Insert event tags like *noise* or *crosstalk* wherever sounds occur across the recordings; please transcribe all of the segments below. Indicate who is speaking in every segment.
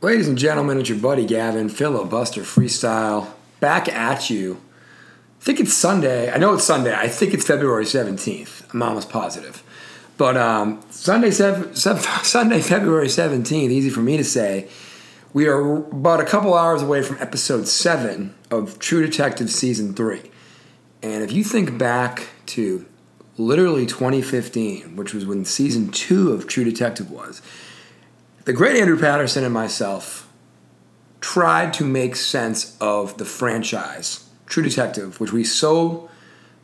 Speaker 1: Ladies and gentlemen, it's your buddy Gavin, filibuster freestyle, back at you. I think it's Sunday. I know it's Sunday. I think it's February 17th. I'm almost positive. But um, Sunday, sev- sev- *laughs* Sunday, February 17th, easy for me to say, we are about a couple hours away from episode 7 of True Detective Season 3. And if you think back to literally 2015, which was when Season 2 of True Detective was, the great Andrew Patterson and myself tried to make sense of the franchise, True Detective, which we so,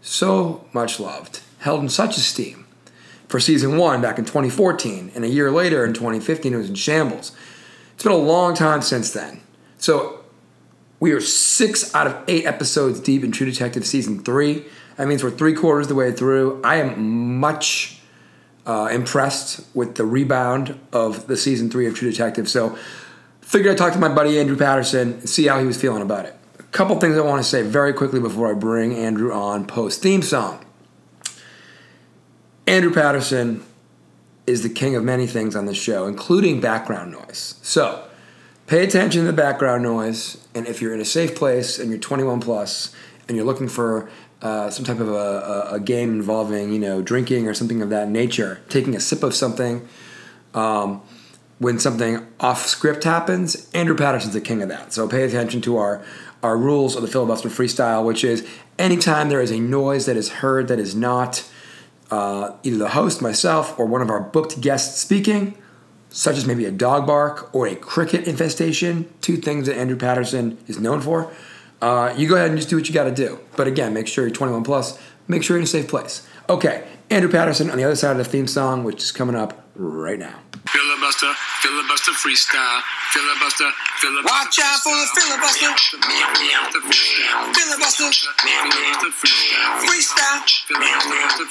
Speaker 1: so much loved, held in such esteem for season one back in 2014, and a year later in 2015, it was in shambles. It's been a long time since then. So we are six out of eight episodes deep in True Detective season three. That means we're three quarters of the way through. I am much uh, impressed with the rebound of the season three of True Detective. So, figured I'd talk to my buddy Andrew Patterson and see how he was feeling about it. A couple things I want to say very quickly before I bring Andrew on post theme song. Andrew Patterson is the king of many things on this show, including background noise. So, pay attention to the background noise, and if you're in a safe place and you're 21 plus and you're looking for uh, some type of a, a, a game involving, you know, drinking or something of that nature, taking a sip of something, um, when something off script happens, Andrew Patterson's the king of that. So pay attention to our our rules of the filibuster freestyle, which is anytime there is a noise that is heard that is not uh, either the host, myself, or one of our booked guests speaking, such as maybe a dog bark or a cricket infestation, two things that Andrew Patterson is known for, uh, you go ahead and just do what you got to do. But again, make sure you're 21 plus. Make sure you're in a safe place. Okay, Andrew Patterson on the other side of the theme song, which is coming up right now.
Speaker 2: Filibuster, filibuster freestyle, filibuster, filibuster.
Speaker 3: Watch out for the filibuster.
Speaker 2: Filibuster freestyle.
Speaker 3: Filibuster.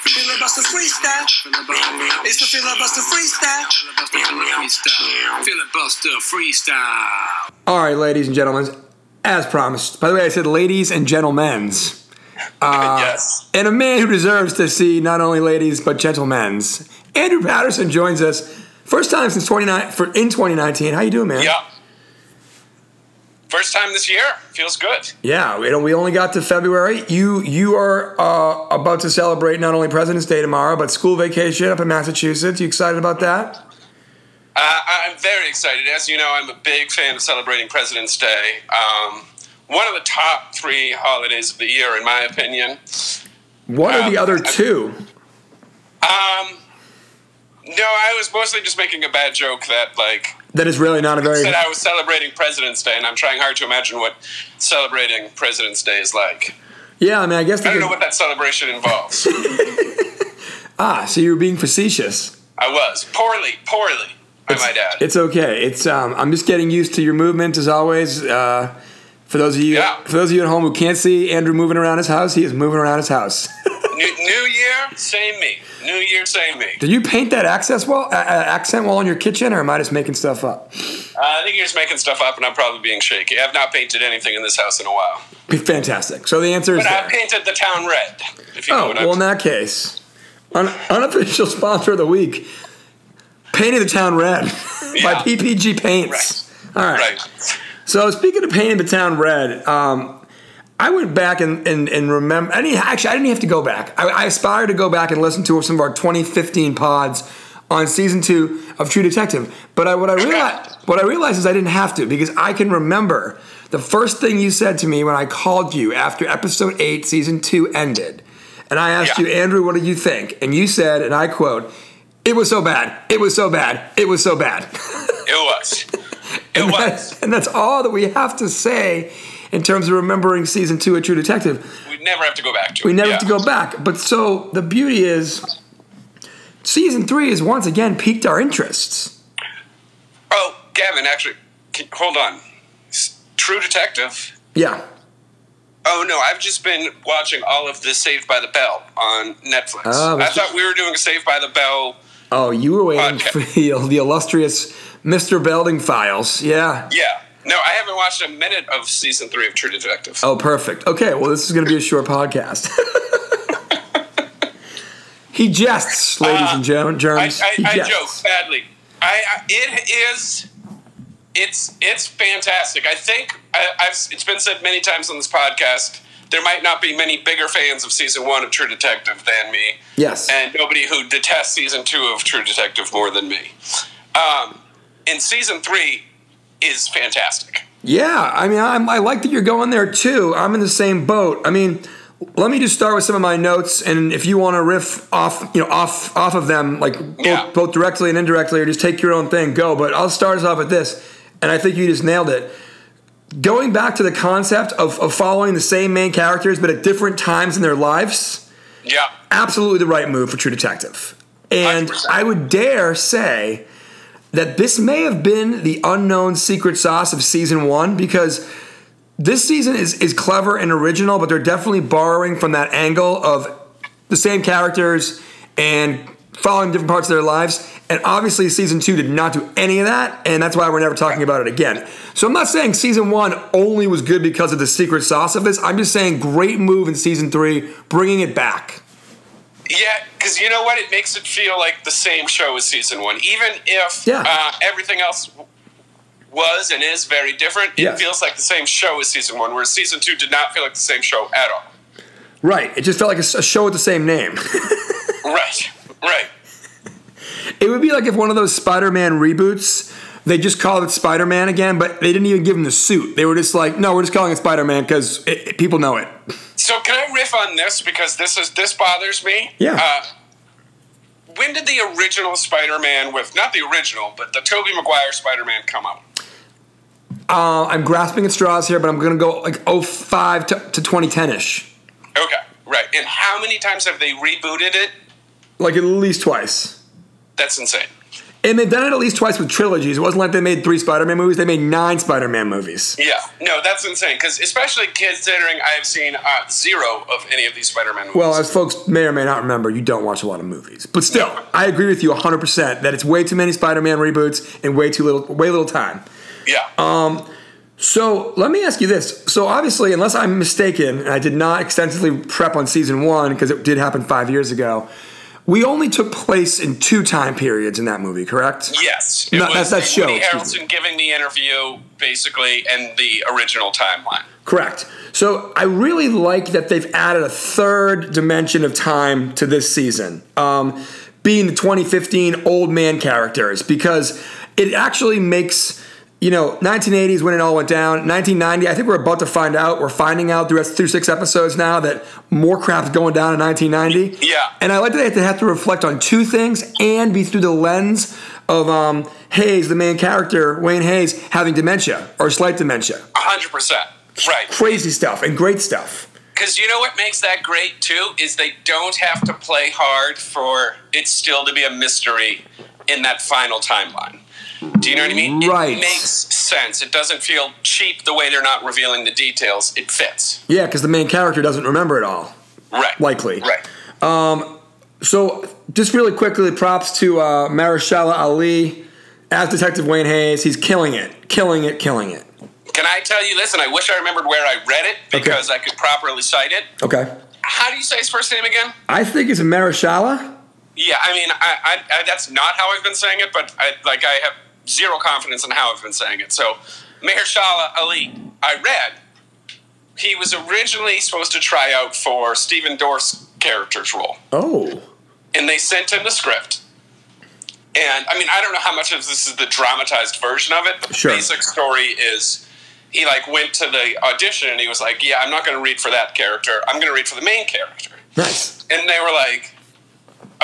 Speaker 3: Freestyle.
Speaker 2: Filibuster freestyle. Filibuster freestyle.
Speaker 3: Filibuster freestyle.
Speaker 2: Filibuster
Speaker 3: It's the filibuster freestyle.
Speaker 2: freestyle. Filibuster freestyle.
Speaker 1: All right, ladies and gentlemen, as promised. By the way, I said ladies and gentlemen's. Uh,
Speaker 4: yes.
Speaker 1: And a man who deserves to see not only ladies but gentlemen's. Andrew Patterson joins us first time since 29 for in 2019. How you doing, man?
Speaker 4: Yeah. First time this year. Feels good.
Speaker 1: Yeah, we, don't- we only got to February. You you are uh, about to celebrate not only President's Day tomorrow, but school vacation up in Massachusetts. You excited about that?
Speaker 4: Uh, I- I'm very excited. As you know, I'm a big fan of celebrating President's Day. Um, one of the top three holidays of the year, in my opinion.
Speaker 1: What are the
Speaker 4: Um,
Speaker 1: other
Speaker 4: I-
Speaker 1: two?
Speaker 4: No, I was mostly just making a bad joke that, like,
Speaker 1: That is really not a very
Speaker 4: said I was celebrating President's Day, and I'm trying hard to imagine what celebrating President's Day is like.
Speaker 1: yeah. I mean, I guess
Speaker 4: I don't know
Speaker 1: because-
Speaker 4: what that celebration involves.
Speaker 1: ah, so you were being facetious.
Speaker 4: I was poorly, poorly, I might add.
Speaker 1: It's okay. It's um, I'm just getting used to your movement as always. Uh, for those of you,
Speaker 4: Yeah.
Speaker 1: for those of you at home who can't see Andrew moving around his house, he is moving around his house. *laughs*
Speaker 4: New, new year, same me. New year, same me.
Speaker 1: Did you paint that access wall, uh, uh, accent wall in your kitchen, or am I just making stuff up?
Speaker 4: Uh, I think you're just making stuff up, and I'm probably being shaky. I've not painted anything in this house in a while,
Speaker 1: Fantastic. So the answer is
Speaker 4: but I've
Speaker 1: there.
Speaker 4: painted the town red. If you know
Speaker 1: Oh
Speaker 4: what I'm
Speaker 1: well, in that case, un- unofficial sponsor of the week, painted the town red *laughs* by
Speaker 4: Yeah.
Speaker 1: PPG Paints. All right.
Speaker 4: right.
Speaker 1: So speaking of painting the town red, um, I went back and and, and remember. I didn't, actually, I didn't have to go back. I, I aspire to go back and listen to some of our 2015 pods on season two of True Detective. But I, what I realized what I realized is I didn't have to because I can remember the first thing you said to me when I called you after episode eight, season two ended, and I asked
Speaker 4: Yeah.
Speaker 1: you, Andrew, what did you think? And you said, and I quote. It was so bad. It was so bad. It was so bad. *laughs*
Speaker 4: It was. It
Speaker 1: And
Speaker 4: was.
Speaker 1: that's, *laughs* and that's all that we have to say in terms of remembering season two of True Detective.
Speaker 4: We never have to go back to.
Speaker 1: We
Speaker 4: it.
Speaker 1: never
Speaker 4: yeah.
Speaker 1: have to go back. But so the beauty is, season three has once again piqued our interests.
Speaker 4: Oh, Gavin, actually, can, hold on. S- True Detective.
Speaker 1: Yeah.
Speaker 4: Oh no, I've just been watching all of the Saved by the Bell on Netflix.
Speaker 1: Oh,
Speaker 4: I
Speaker 1: it's-
Speaker 4: thought we were doing a Saved by the Bell.
Speaker 1: Oh, you were waiting
Speaker 4: Podcast.
Speaker 1: for the, the illustrious Mr. Belding files. Yeah.
Speaker 4: Yeah. No, I haven't watched a minute of season three of True Detective.
Speaker 1: Oh, perfect. Okay, well, this is going to be a short podcast. *laughs* he jests, ladies and gen-
Speaker 4: Uh, I,
Speaker 1: germs.
Speaker 4: I,
Speaker 1: He
Speaker 4: I
Speaker 1: jests.
Speaker 4: joke badly. I, I it is it's it's fantastic. I think I, I've, it's been said many times on this podcast. There might not be many bigger fans of season one of True Detective than me.
Speaker 1: Yes.
Speaker 4: and nobody who detests season two of True Detective more than me. Um, and season three is fantastic.
Speaker 1: Yeah, I mean, I'm, I like that you're going there too. I'm in the same boat. I mean, let me just start with some of my notes, and if you want to riff off, you know, off off of them, like both,
Speaker 4: Yeah.
Speaker 1: both directly and indirectly, or just take your own thing, go. But I'll start us off with this, and I think you just nailed it. Going back to the concept of, of following the same main characters but at different times in their lives
Speaker 4: Yeah,
Speaker 1: absolutely the right move for True Detective. And
Speaker 4: 100%.
Speaker 1: I would dare say that this may have been the unknown secret sauce of season one because this season is, is clever and original, but they're definitely borrowing from that angle of the same characters and following different parts of their lives. And obviously, season two did not do any of that, and that's why we're never talking about it again. So I'm not saying season one only was good because of the secret sauce of this. I'm just saying great move in season three, bringing it back.
Speaker 4: yeah, because you know what? It makes it feel like the same show as season one, even if
Speaker 1: Yeah.
Speaker 4: uh, everything else was and is very different. It
Speaker 1: Yes.
Speaker 4: feels like the same show as season one, whereas season two did not feel like the same show at all.
Speaker 1: Right. It just felt like a, s- a show with the same name. *laughs*
Speaker 4: Right, right.
Speaker 1: it would be like if one of those Spider-Man reboots, they just called it Spider-Man again, but they didn't even give him the suit. They were just like, no, we're just calling it Spider-Man because it, it- people know it.
Speaker 4: So can I riff on this because this is this bothers me?
Speaker 1: Yeah.
Speaker 4: Uh, when did the original Spider-Man with not the original, but the Tobey Maguire Spider-Man come out?
Speaker 1: Uh, I'm grasping at straws here, but I'm gonna go like 05 to, to 2010ish,
Speaker 4: Okay, right. And how many times have they rebooted it?
Speaker 1: like at least twice.
Speaker 4: That's insane.
Speaker 1: And they've done it at least twice with trilogies. It wasn't like they made three Spider-Man movies; they made nine Spider-Man movies.
Speaker 4: Yeah. No, that's insane. Because especially considering I've seen uh, zero of any of these Spider-Man movies.
Speaker 1: Well, as folks may or may not remember, you don't watch a lot of movies, but still, I agree with you 100% that it's way too many Spider-Man reboots and way too little, way little time.
Speaker 4: yeah.
Speaker 1: Uh, So let me ask you this. So obviously, unless I'm mistaken, and I did not extensively prep on season one because it did happen five years ago, we only took place in two time periods in that movie, correct?
Speaker 4: yes.
Speaker 1: no, that's- that's show,
Speaker 4: Woody
Speaker 1: excuse me.
Speaker 4: Harrelson giving the interview basically and the original timeline.
Speaker 1: Correct. So I really like that they've added a third dimension of time to this season, um, being the 2015 old man characters, because it actually makes. You know, 1980s when it all went down. 1990, I think we're about to find out. We're finding out through through six episodes now that more crap's going down in 1990.
Speaker 4: Yeah.
Speaker 1: And I like that they have to reflect on two things and be through the lens of um, Hayes, the main character, Wayne Hayes, having dementia or slight dementia
Speaker 4: hundred percent. Right.
Speaker 1: crazy stuff and great stuff.
Speaker 4: Because you know what makes that great too is they don't have to play hard for it still to be a mystery in that final timeline. Do you know what I mean?
Speaker 1: Right.
Speaker 4: It makes sense. It doesn't feel cheap the way they're not revealing the details. It fits.
Speaker 1: Yeah, because the main character doesn't remember it all,
Speaker 4: Right.
Speaker 1: likely.
Speaker 4: Right.
Speaker 1: So, just really quickly, props to uh, Marishala Ali as Detective Wayne Hayes. He's killing it, killing it, killing it.
Speaker 4: Can I tell you? Listen, I wish I remembered where I read it because I could properly cite it.
Speaker 1: Okay.
Speaker 4: How do you say his first name again?
Speaker 1: I think it's Marishala.
Speaker 4: Yeah, I mean, I, I, I, that's not how I've been saying it, but I, like I have zero confidence in how I've been saying it. So, Mahershala Ali, I read he was originally supposed to try out for Stephen Dorff's character's role,
Speaker 1: Oh.
Speaker 4: and they sent him the script. And I mean, I don't know how much of this is the dramatized version of it, but
Speaker 1: Sure.
Speaker 4: the basic story is he like went to the audition and he was like, "Yeah, I'm not going to read for that character. I'm going to read for the main character."
Speaker 1: Nice.
Speaker 4: and they were like,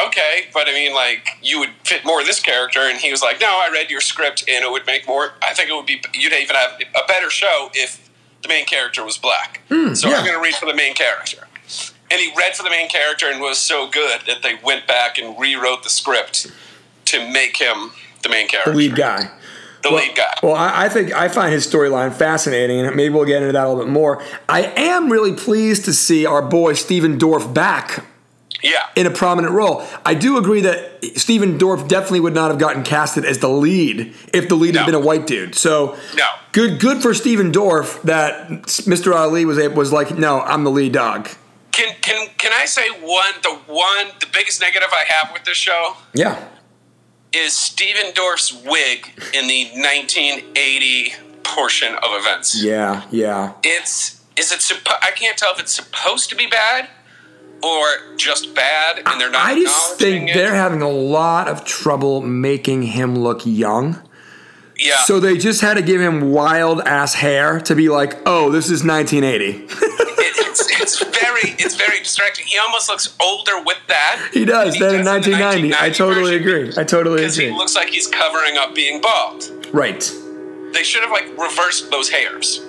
Speaker 4: okay, but I mean, like, you would fit more this character. And he was like, no, I read your script and it would make more, I think it would be, you'd even have a better show if the main character was black. so
Speaker 1: Hmm, yeah.
Speaker 4: I'm going to read for the main character. And he read for the main character and was so good that they went back and rewrote the script to make him the main character, the lead,
Speaker 1: Lead guy.
Speaker 4: guy.
Speaker 1: Well, I, I think I find his storyline fascinating, and maybe we'll get into that a little bit more. I am really pleased to see our boy Steven Dorff back
Speaker 4: yeah.
Speaker 1: in a prominent role. I do agree that Steven Dorff definitely would not have gotten casted as the lead if the lead had
Speaker 4: No.
Speaker 1: been a white dude. So
Speaker 4: No.
Speaker 1: good, good for Steven Dorff that Mr. Ali was able, was like, no, I'm the lead dog.
Speaker 4: can, can, can I say one, the one, the biggest negative I have with this show?
Speaker 1: Yeah,
Speaker 4: is Stephen Dorff's wig in the 1980 portion of events.
Speaker 1: Yeah, yeah.
Speaker 4: It's is it suppo- I can't tell if it's supposed to be bad or just bad, and they're not.
Speaker 1: I just
Speaker 4: acknowledging
Speaker 1: think
Speaker 4: it.
Speaker 1: they're having a lot of trouble making him look young.
Speaker 4: yeah.
Speaker 1: So they just had to give him wild ass hair to be like, oh, this is 1980.
Speaker 4: it, it's, it's very it's very distracting. He almost looks older with that.
Speaker 1: *laughs* *laughs* he does
Speaker 4: than he
Speaker 1: that in
Speaker 4: does the
Speaker 1: 1990. I totally
Speaker 4: 1990 version
Speaker 1: agree. I totally
Speaker 4: Because he
Speaker 1: agree.
Speaker 4: looks like he's covering up being bald.
Speaker 1: right.
Speaker 4: They should have like reversed those hairs.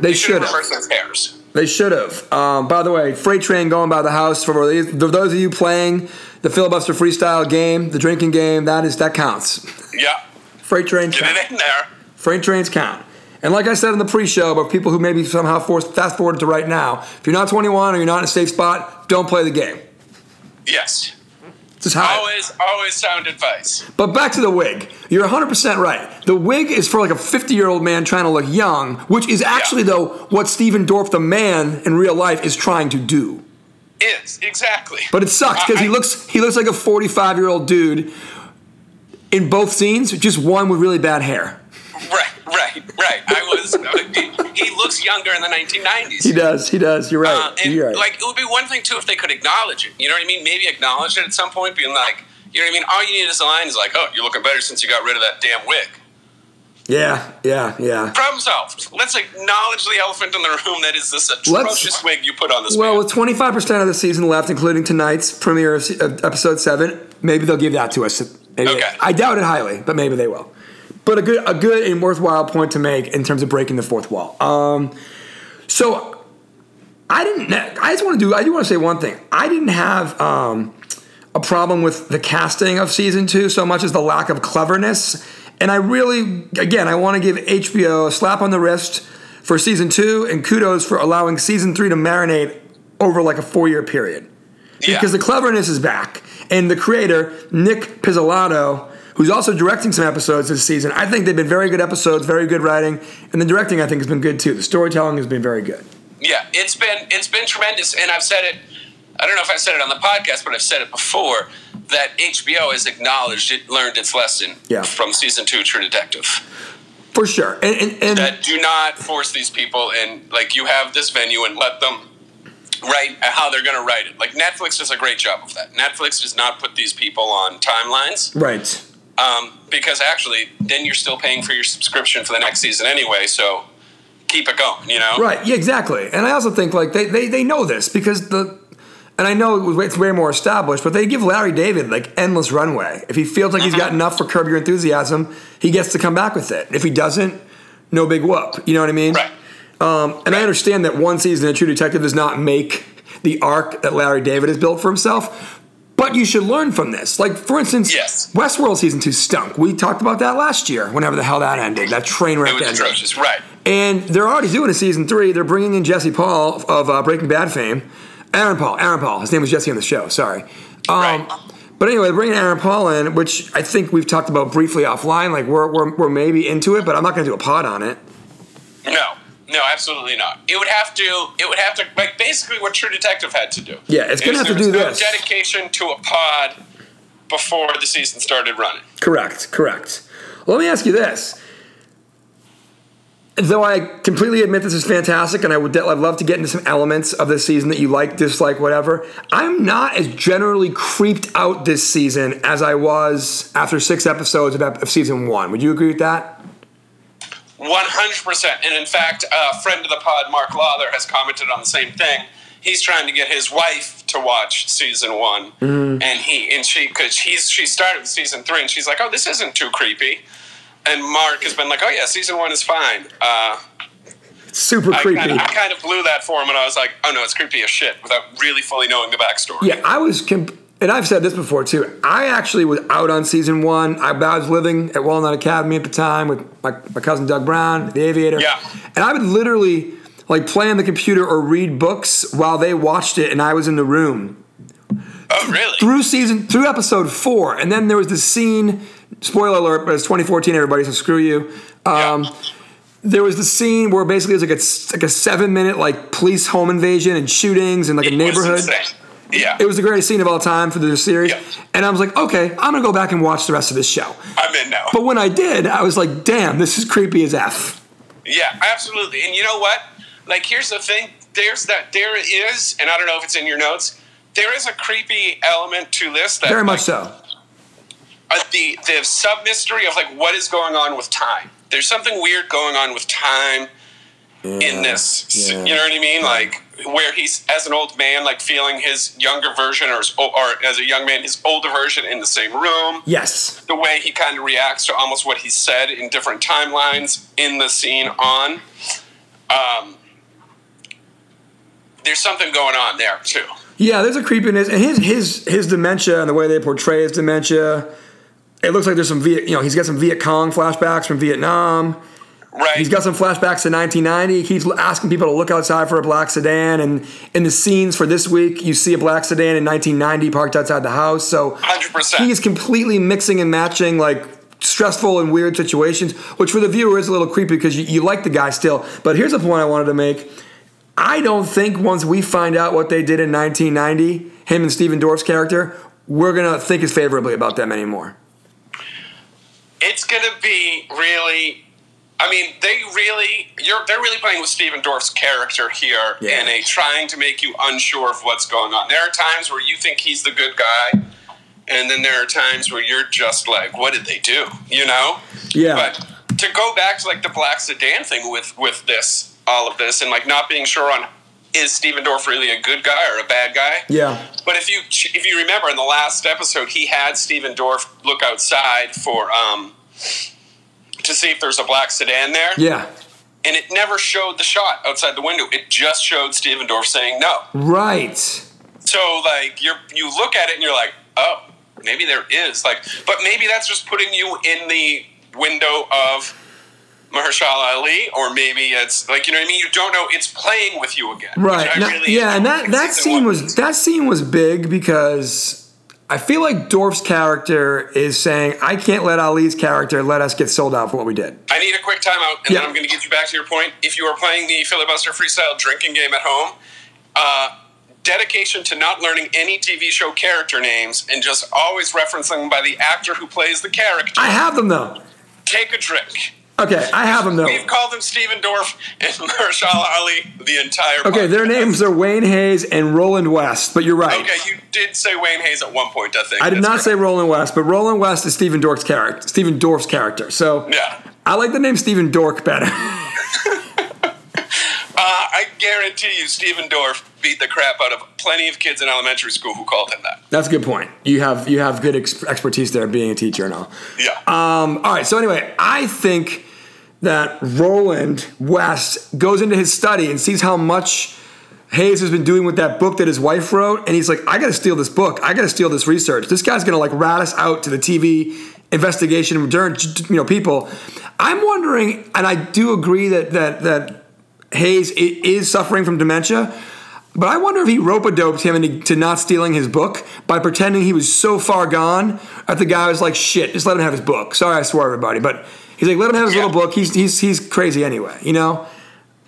Speaker 1: They
Speaker 4: They should
Speaker 1: should
Speaker 4: have
Speaker 1: have.
Speaker 4: reversed those hairs.
Speaker 1: They should have. Um, by the way, freight train going by the house for these- for those of you playing the filibuster freestyle game, the drinking game. That is that counts.
Speaker 4: Yeah,
Speaker 1: Freight train.
Speaker 4: get
Speaker 1: counts.
Speaker 4: it in there.
Speaker 1: Freight trains count. And like I said in the pre-show, but people who maybe somehow forced fast forward to right now, if you're not 21 or you're not in a safe spot, don't play the game.
Speaker 4: Yes.
Speaker 1: It's Just how.
Speaker 4: Always, always sound advice.
Speaker 1: But back to the wig. You're 100% right. The wig is for like a 50-year-old man trying to look young, which is actually though what Steven Dorff the man in real life is trying to do.
Speaker 4: Is exactly.
Speaker 1: But it sucks because he
Speaker 4: I-
Speaker 1: looks he looks like a 45-year-old dude in both scenes, just one with really bad hair.
Speaker 4: Right, right, right. I was. uh, he looks younger in the 1990s.
Speaker 1: He does. He does. You're right.
Speaker 4: Uh, and,
Speaker 1: You're right.
Speaker 4: Like it would be one thing too if they could acknowledge it. You know what I mean? Maybe acknowledge it at some point, being like, you know what I mean? All you need is a line is like, oh, you're looking better since you got rid of that damn wig.
Speaker 1: yeah. Yeah. Yeah.
Speaker 4: Problem solved. Let's acknowledge the elephant in the room that is this atrocious wig you put on this.
Speaker 1: Well,
Speaker 4: man.
Speaker 1: with 25% of the season left, including tonight's premiere of se- of episode 7, maybe they'll give that to us. Maybe
Speaker 4: Okay.
Speaker 1: I doubt it highly, but maybe they will. But a good a good and worthwhile point to make in terms of breaking the fourth wall. Um, so I didn't I just want to do I do want to say one thing. I didn't have um, a problem with the casting of season 2 so much as the lack of cleverness. And I really again, I want to give HBO a slap on the wrist for season 2 and kudos for allowing season 3 to marinate over like a 4-year period
Speaker 4: yeah.
Speaker 1: because the cleverness is back. And the creator, Nick Pizzolatto, who's also directing some episodes this season, I think they've been very good episodes, very good writing, and the directing I think has been good too. The storytelling has been very good.
Speaker 4: yeah, it's been it's been tremendous, and I've said it. I don't know if I said it on the podcast, but I've said it before that HBO has acknowledged it learned its lesson
Speaker 1: Yeah.
Speaker 4: from season two True Detective.
Speaker 1: For sure. And, and, and
Speaker 4: that do not force these people and like you have this venue and let them write how they're going to write it like netflix does a great job of that netflix does not put these people on timelines
Speaker 1: right.
Speaker 4: um, because actually then you're still paying for your subscription for the next season anyway so keep it going you know
Speaker 1: Right. Yeah, exactly. And I also think like they, they, they know this because the and I know it was, it's way more established, but they give Larry David like endless runway. If he feels like he's
Speaker 4: Mm-hmm.
Speaker 1: got enough for Curb Your Enthusiasm, he gets to come back with it. If he doesn't, no big whoop. You know what I mean?
Speaker 4: Right.
Speaker 1: Um, and I understand that one season of True Detective does not make the arc that Larry David has built for himself, but you should learn from this. Like, for instance,
Speaker 4: Yes.
Speaker 1: Westworld season two stunk. We talked about that last year, whenever the hell that ended, that train wreck
Speaker 4: it was
Speaker 1: ended.
Speaker 4: atrocious right
Speaker 1: And they're already doing a season three. They're bringing in Jesse Paul of uh, Breaking Bad fame. Aaron Paul. Aaron Paul. His name was Jesse on the show. Sorry. Um,
Speaker 4: Right.
Speaker 1: But anyway, they're bringing Aaron Paul in, which I think we've talked about briefly offline. Like, we're, we're, we're maybe into it, but I'm not going to do a pod on it.
Speaker 4: no no absolutely not it would have to it would have to like basically what true detective had to do
Speaker 1: Yeah, it's gonna have
Speaker 4: Is
Speaker 1: to
Speaker 4: there
Speaker 1: do
Speaker 4: was no
Speaker 1: this.
Speaker 4: dedication to a pod before the season started running
Speaker 1: Correct, correct. Let me ask you this. Though I completely admit this is fantastic, and I would I'd love to get into some elements of this season that you like, dislike, whatever. I'm not as generally creeped out this season as I was after six episodes of, ep- of season one. Would you agree with that?
Speaker 4: One hundred percent. And in fact, a friend of the pod, Mark Lawler, has commented on the same thing. He's trying to get his wife to watch season one,
Speaker 1: Mm-hmm.
Speaker 4: and he and she because she's she started with season three, and she's like, "Oh, this isn't too creepy." And Mark has been like, "Oh yeah, season one is fine." Uh,
Speaker 1: Super
Speaker 4: I,
Speaker 1: creepy.
Speaker 4: kinda, I kind of blew that for him, and I was like, "Oh no, it's creepy as shit," without really fully knowing the backstory.
Speaker 1: Yeah, I was, comp- and I've said this before too. I actually was out on season one. I, I was living at Walnut Academy at the time with my, my cousin Doug Brown, the aviator.
Speaker 4: Yeah.
Speaker 1: And I would literally like play on the computer or read books while they watched it, and I was in the room
Speaker 4: Oh really?
Speaker 1: through season through episode four. And then there was this scene. Spoiler alert, but it's 2014, everybody, so screw you. Um,
Speaker 4: Yeah.
Speaker 1: There was the scene where basically it's like a s- like a seven minute like police home invasion and shootings in like a
Speaker 4: It was
Speaker 1: neighborhood.
Speaker 4: insane. Yeah.
Speaker 1: It was the greatest scene of all time for the series.
Speaker 4: Yeah.
Speaker 1: And I was like, okay, I'm gonna go back and watch the rest of this show.
Speaker 4: I'm in now.
Speaker 1: But when I did, I was like, damn, this is creepy as F.
Speaker 4: Yeah, absolutely. And you know what? Like, here's the thing. There's that. There is, and I don't know if it's in your notes. There is a creepy element to this. That
Speaker 1: Very much
Speaker 4: like,
Speaker 1: so.
Speaker 4: uh, the the sub mystery of like what is going on with time. There's something weird going on with time in this. S-
Speaker 1: yeah.
Speaker 4: You know what I mean? Like where he's as an old man, like feeling his younger version, or, his, o- or as a young man, his older version in the same room.
Speaker 1: Yes.
Speaker 4: The way he kind of reacts to almost what he said in different timelines in the scene on. Um, there's something going on there too.
Speaker 1: Yeah, there's a creepiness, and his his his dementia and the way they portray his dementia. It looks like there's some Viet, you know, he's got some Viet Cong flashbacks from Vietnam.
Speaker 4: Right.
Speaker 1: He's got some flashbacks to 1990. He keeps l- asking people to look outside for a black sedan, and in the scenes for this week, you see a black sedan in 1990 parked outside the house. So
Speaker 4: *laughs* 100%.
Speaker 1: he is completely mixing and matching like stressful and weird situations, which for the viewer is a little creepy because you, you like the guy still. But here's a point I wanted to make. I don't think once we find out what they did in 1990, him and Steven Dorff's character, we're gonna think as favorably about them anymore.
Speaker 4: it's gonna be really. I mean, they really you're they're really playing with Steven Dorff's character here
Speaker 1: Yeah.
Speaker 4: in a trying to make you unsure of what's going on. There are times where you think he's the good guy, and then there are times where you're just like, "What did they do?" You know?
Speaker 1: Yeah.
Speaker 4: But to go back to like the black sedan thing with with this all of this and like not being sure on is Steven Dorff really a good guy or a bad guy?
Speaker 1: Yeah.
Speaker 4: But if you if you remember in the last episode, he had Steven Dorff look outside for um to see if there's a black sedan there,
Speaker 1: Yeah.
Speaker 4: and it never showed the shot outside the window. It just showed Steven Dorff saying no.
Speaker 1: Right.
Speaker 4: So like you are you look at it and you're like, oh, maybe there is like, but maybe that's just putting you in the window of. Mahershala Ali, or maybe it's like you know what I mean. You don't know. It's playing with you again, which
Speaker 1: Right.
Speaker 4: I
Speaker 1: Now-
Speaker 4: really
Speaker 1: yeah, and that,
Speaker 4: enjoyed
Speaker 1: that
Speaker 4: season
Speaker 1: scene
Speaker 4: one.
Speaker 1: was that scene was big because I feel like Dorff's character is saying, I can't let Ali's character let us get sold out for what we did.
Speaker 4: I need a quick timeout, and
Speaker 1: Yeah.
Speaker 4: then I'm going to get you back to your point. If you are playing the filibuster freestyle drinking game at home, uh, dedication to not learning any TV show character names and just always referencing them by the actor who plays the character.
Speaker 1: I have them though.
Speaker 4: Take a drink.
Speaker 1: Okay, I have them though.
Speaker 4: We've called them Steven Dorff and *laughs* Mahershala Ali the entire.
Speaker 1: Okay, their
Speaker 4: podcast.
Speaker 1: names are Wayne Hayes and Roland West, but you're right.
Speaker 4: Okay, you did say Wayne Hayes at one point. I think
Speaker 1: I did
Speaker 4: That's
Speaker 1: not say
Speaker 4: correct.
Speaker 1: Roland West, but Roland West is Stephen Dorff's character. Stephen Dorff's character. So
Speaker 4: Yeah.
Speaker 1: I like the name Stephen Dork better. *laughs*
Speaker 4: Uh, I guarantee you, Steven Dorff beat the crap out of plenty of kids in elementary school who called him that.
Speaker 1: That's a good point. You have you have good ex- expertise there, being a teacher and all.
Speaker 4: Yeah.
Speaker 1: Um, all right. So anyway, I think that Roland West goes into his study and sees how much Hayes has been doing with that book that his wife wrote, and he's like, "I got to steal this book. I got to steal this research. This guy's gonna like rat us out to the TV investigation, during- you know, people." I'm wondering, and I do agree that that that Hayes i- is suffering from dementia. But I wonder if he rope doped him into to not stealing his book by pretending he was so far gone that the guy was like, shit, just let him have his book. Sorry, I swore, everybody. But he's like, let him have his
Speaker 4: Yeah.
Speaker 1: little book. He's, he's, he's crazy anyway, you know?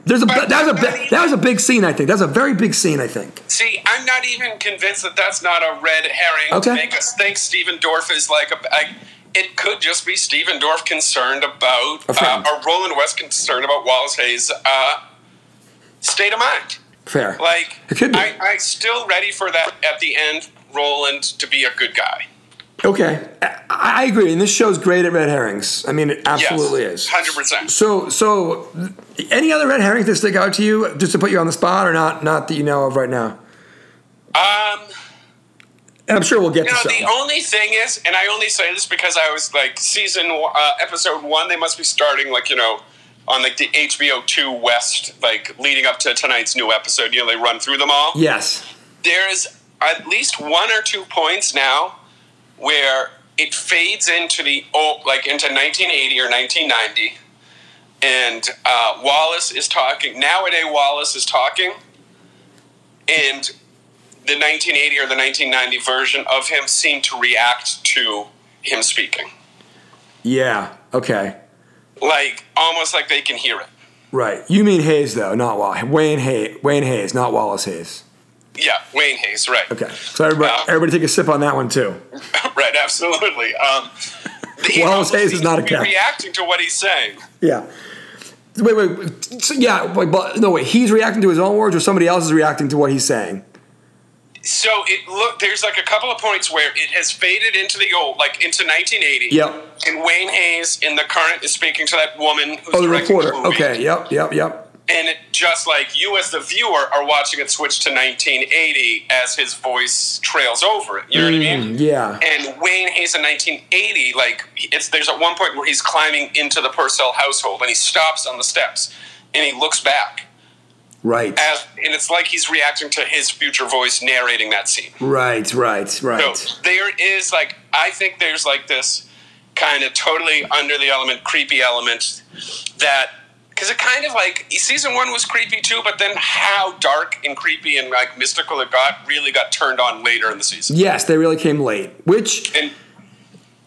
Speaker 1: There's a,
Speaker 4: But-
Speaker 1: that, was a, bi- that was a big scene, I think. That was a very big scene, I think.
Speaker 4: See, I'm not even convinced that that's not a red herring
Speaker 1: Okay.
Speaker 4: to make us think Steven Dorff is like a. I, it could just be Steven Dorff concerned about,
Speaker 1: A friend.
Speaker 4: uh, or Roland West concerned about Wallace Hayes' uh, state of mind.
Speaker 1: Fair.
Speaker 4: Like,
Speaker 1: It could be.
Speaker 4: I, I still ready for that at the end, Roland to be a good guy.
Speaker 1: okay. I, I agree. And this show's great at red herrings. I mean, it absolutely is.
Speaker 4: hundred percent.
Speaker 1: So, so any other red herrings that stick out to you just to put you on the spot or not, not that you know of right now?
Speaker 4: Um.
Speaker 1: And I'm sure we'll get
Speaker 4: You
Speaker 1: to
Speaker 4: know,
Speaker 1: some.
Speaker 4: the only thing is, and I only say this because I was like season one- uh, episode one. They must be starting like you know on like the HBO two West, like leading up to tonight's new episode. You know, they run through them all.
Speaker 1: yes.
Speaker 4: There's at least one or two points now where it fades into the old, like into 1980 or 1990, and uh, Wallace is talking. Nowadays, Wallace is talking, and the 1980 or the 1990 version of him seemed to react to him speaking,
Speaker 1: Yeah. Okay.
Speaker 4: like almost like they can hear it.
Speaker 1: Right. You mean Hayes though, not Wallace. Wayne Hayes. Wayne Hayes, not Wallace Hayes.
Speaker 4: Yeah, Wayne Hayes, right.
Speaker 1: Okay, so everybody,
Speaker 4: Wow.
Speaker 1: everybody take a sip on that one too.
Speaker 4: *laughs* right, absolutely.
Speaker 1: *laughs*
Speaker 4: Um, the-
Speaker 1: Wallace Hayes is not a
Speaker 4: you're
Speaker 1: cat.
Speaker 4: reacting to what he's saying.
Speaker 1: Yeah. Wait, wait, so, yeah, wait, but no, wait. He's reacting to his own words, or somebody else is reacting to what he's saying.
Speaker 4: So it look there's like a couple of points where it has faded into the old, like into 1980.
Speaker 1: Yep.
Speaker 4: And Wayne Hayes in the current is speaking to that woman who's
Speaker 1: Oh, the
Speaker 4: directing
Speaker 1: reporter.
Speaker 4: movie.
Speaker 1: Okay. Yep. Yep. Yep.
Speaker 4: and it just like you as the viewer are watching it switch to 1980 as his voice trails over it. You know what I mean?
Speaker 1: Mm, Yeah.
Speaker 4: And Wayne Hayes in 1980, like it's there's at one point where he's climbing into the Purcell household and he stops on the steps and he looks back
Speaker 1: Right.
Speaker 4: as and it's like he's reacting to his future voice narrating that scene.
Speaker 1: Right. Right. Right.
Speaker 4: So there is like I think there's like this kind of totally under the element creepy element that because it kind of like season one was creepy too, but then how dark and creepy and like mystical it got really got turned on later in the season.
Speaker 1: Yes, they really came late. Which,
Speaker 4: And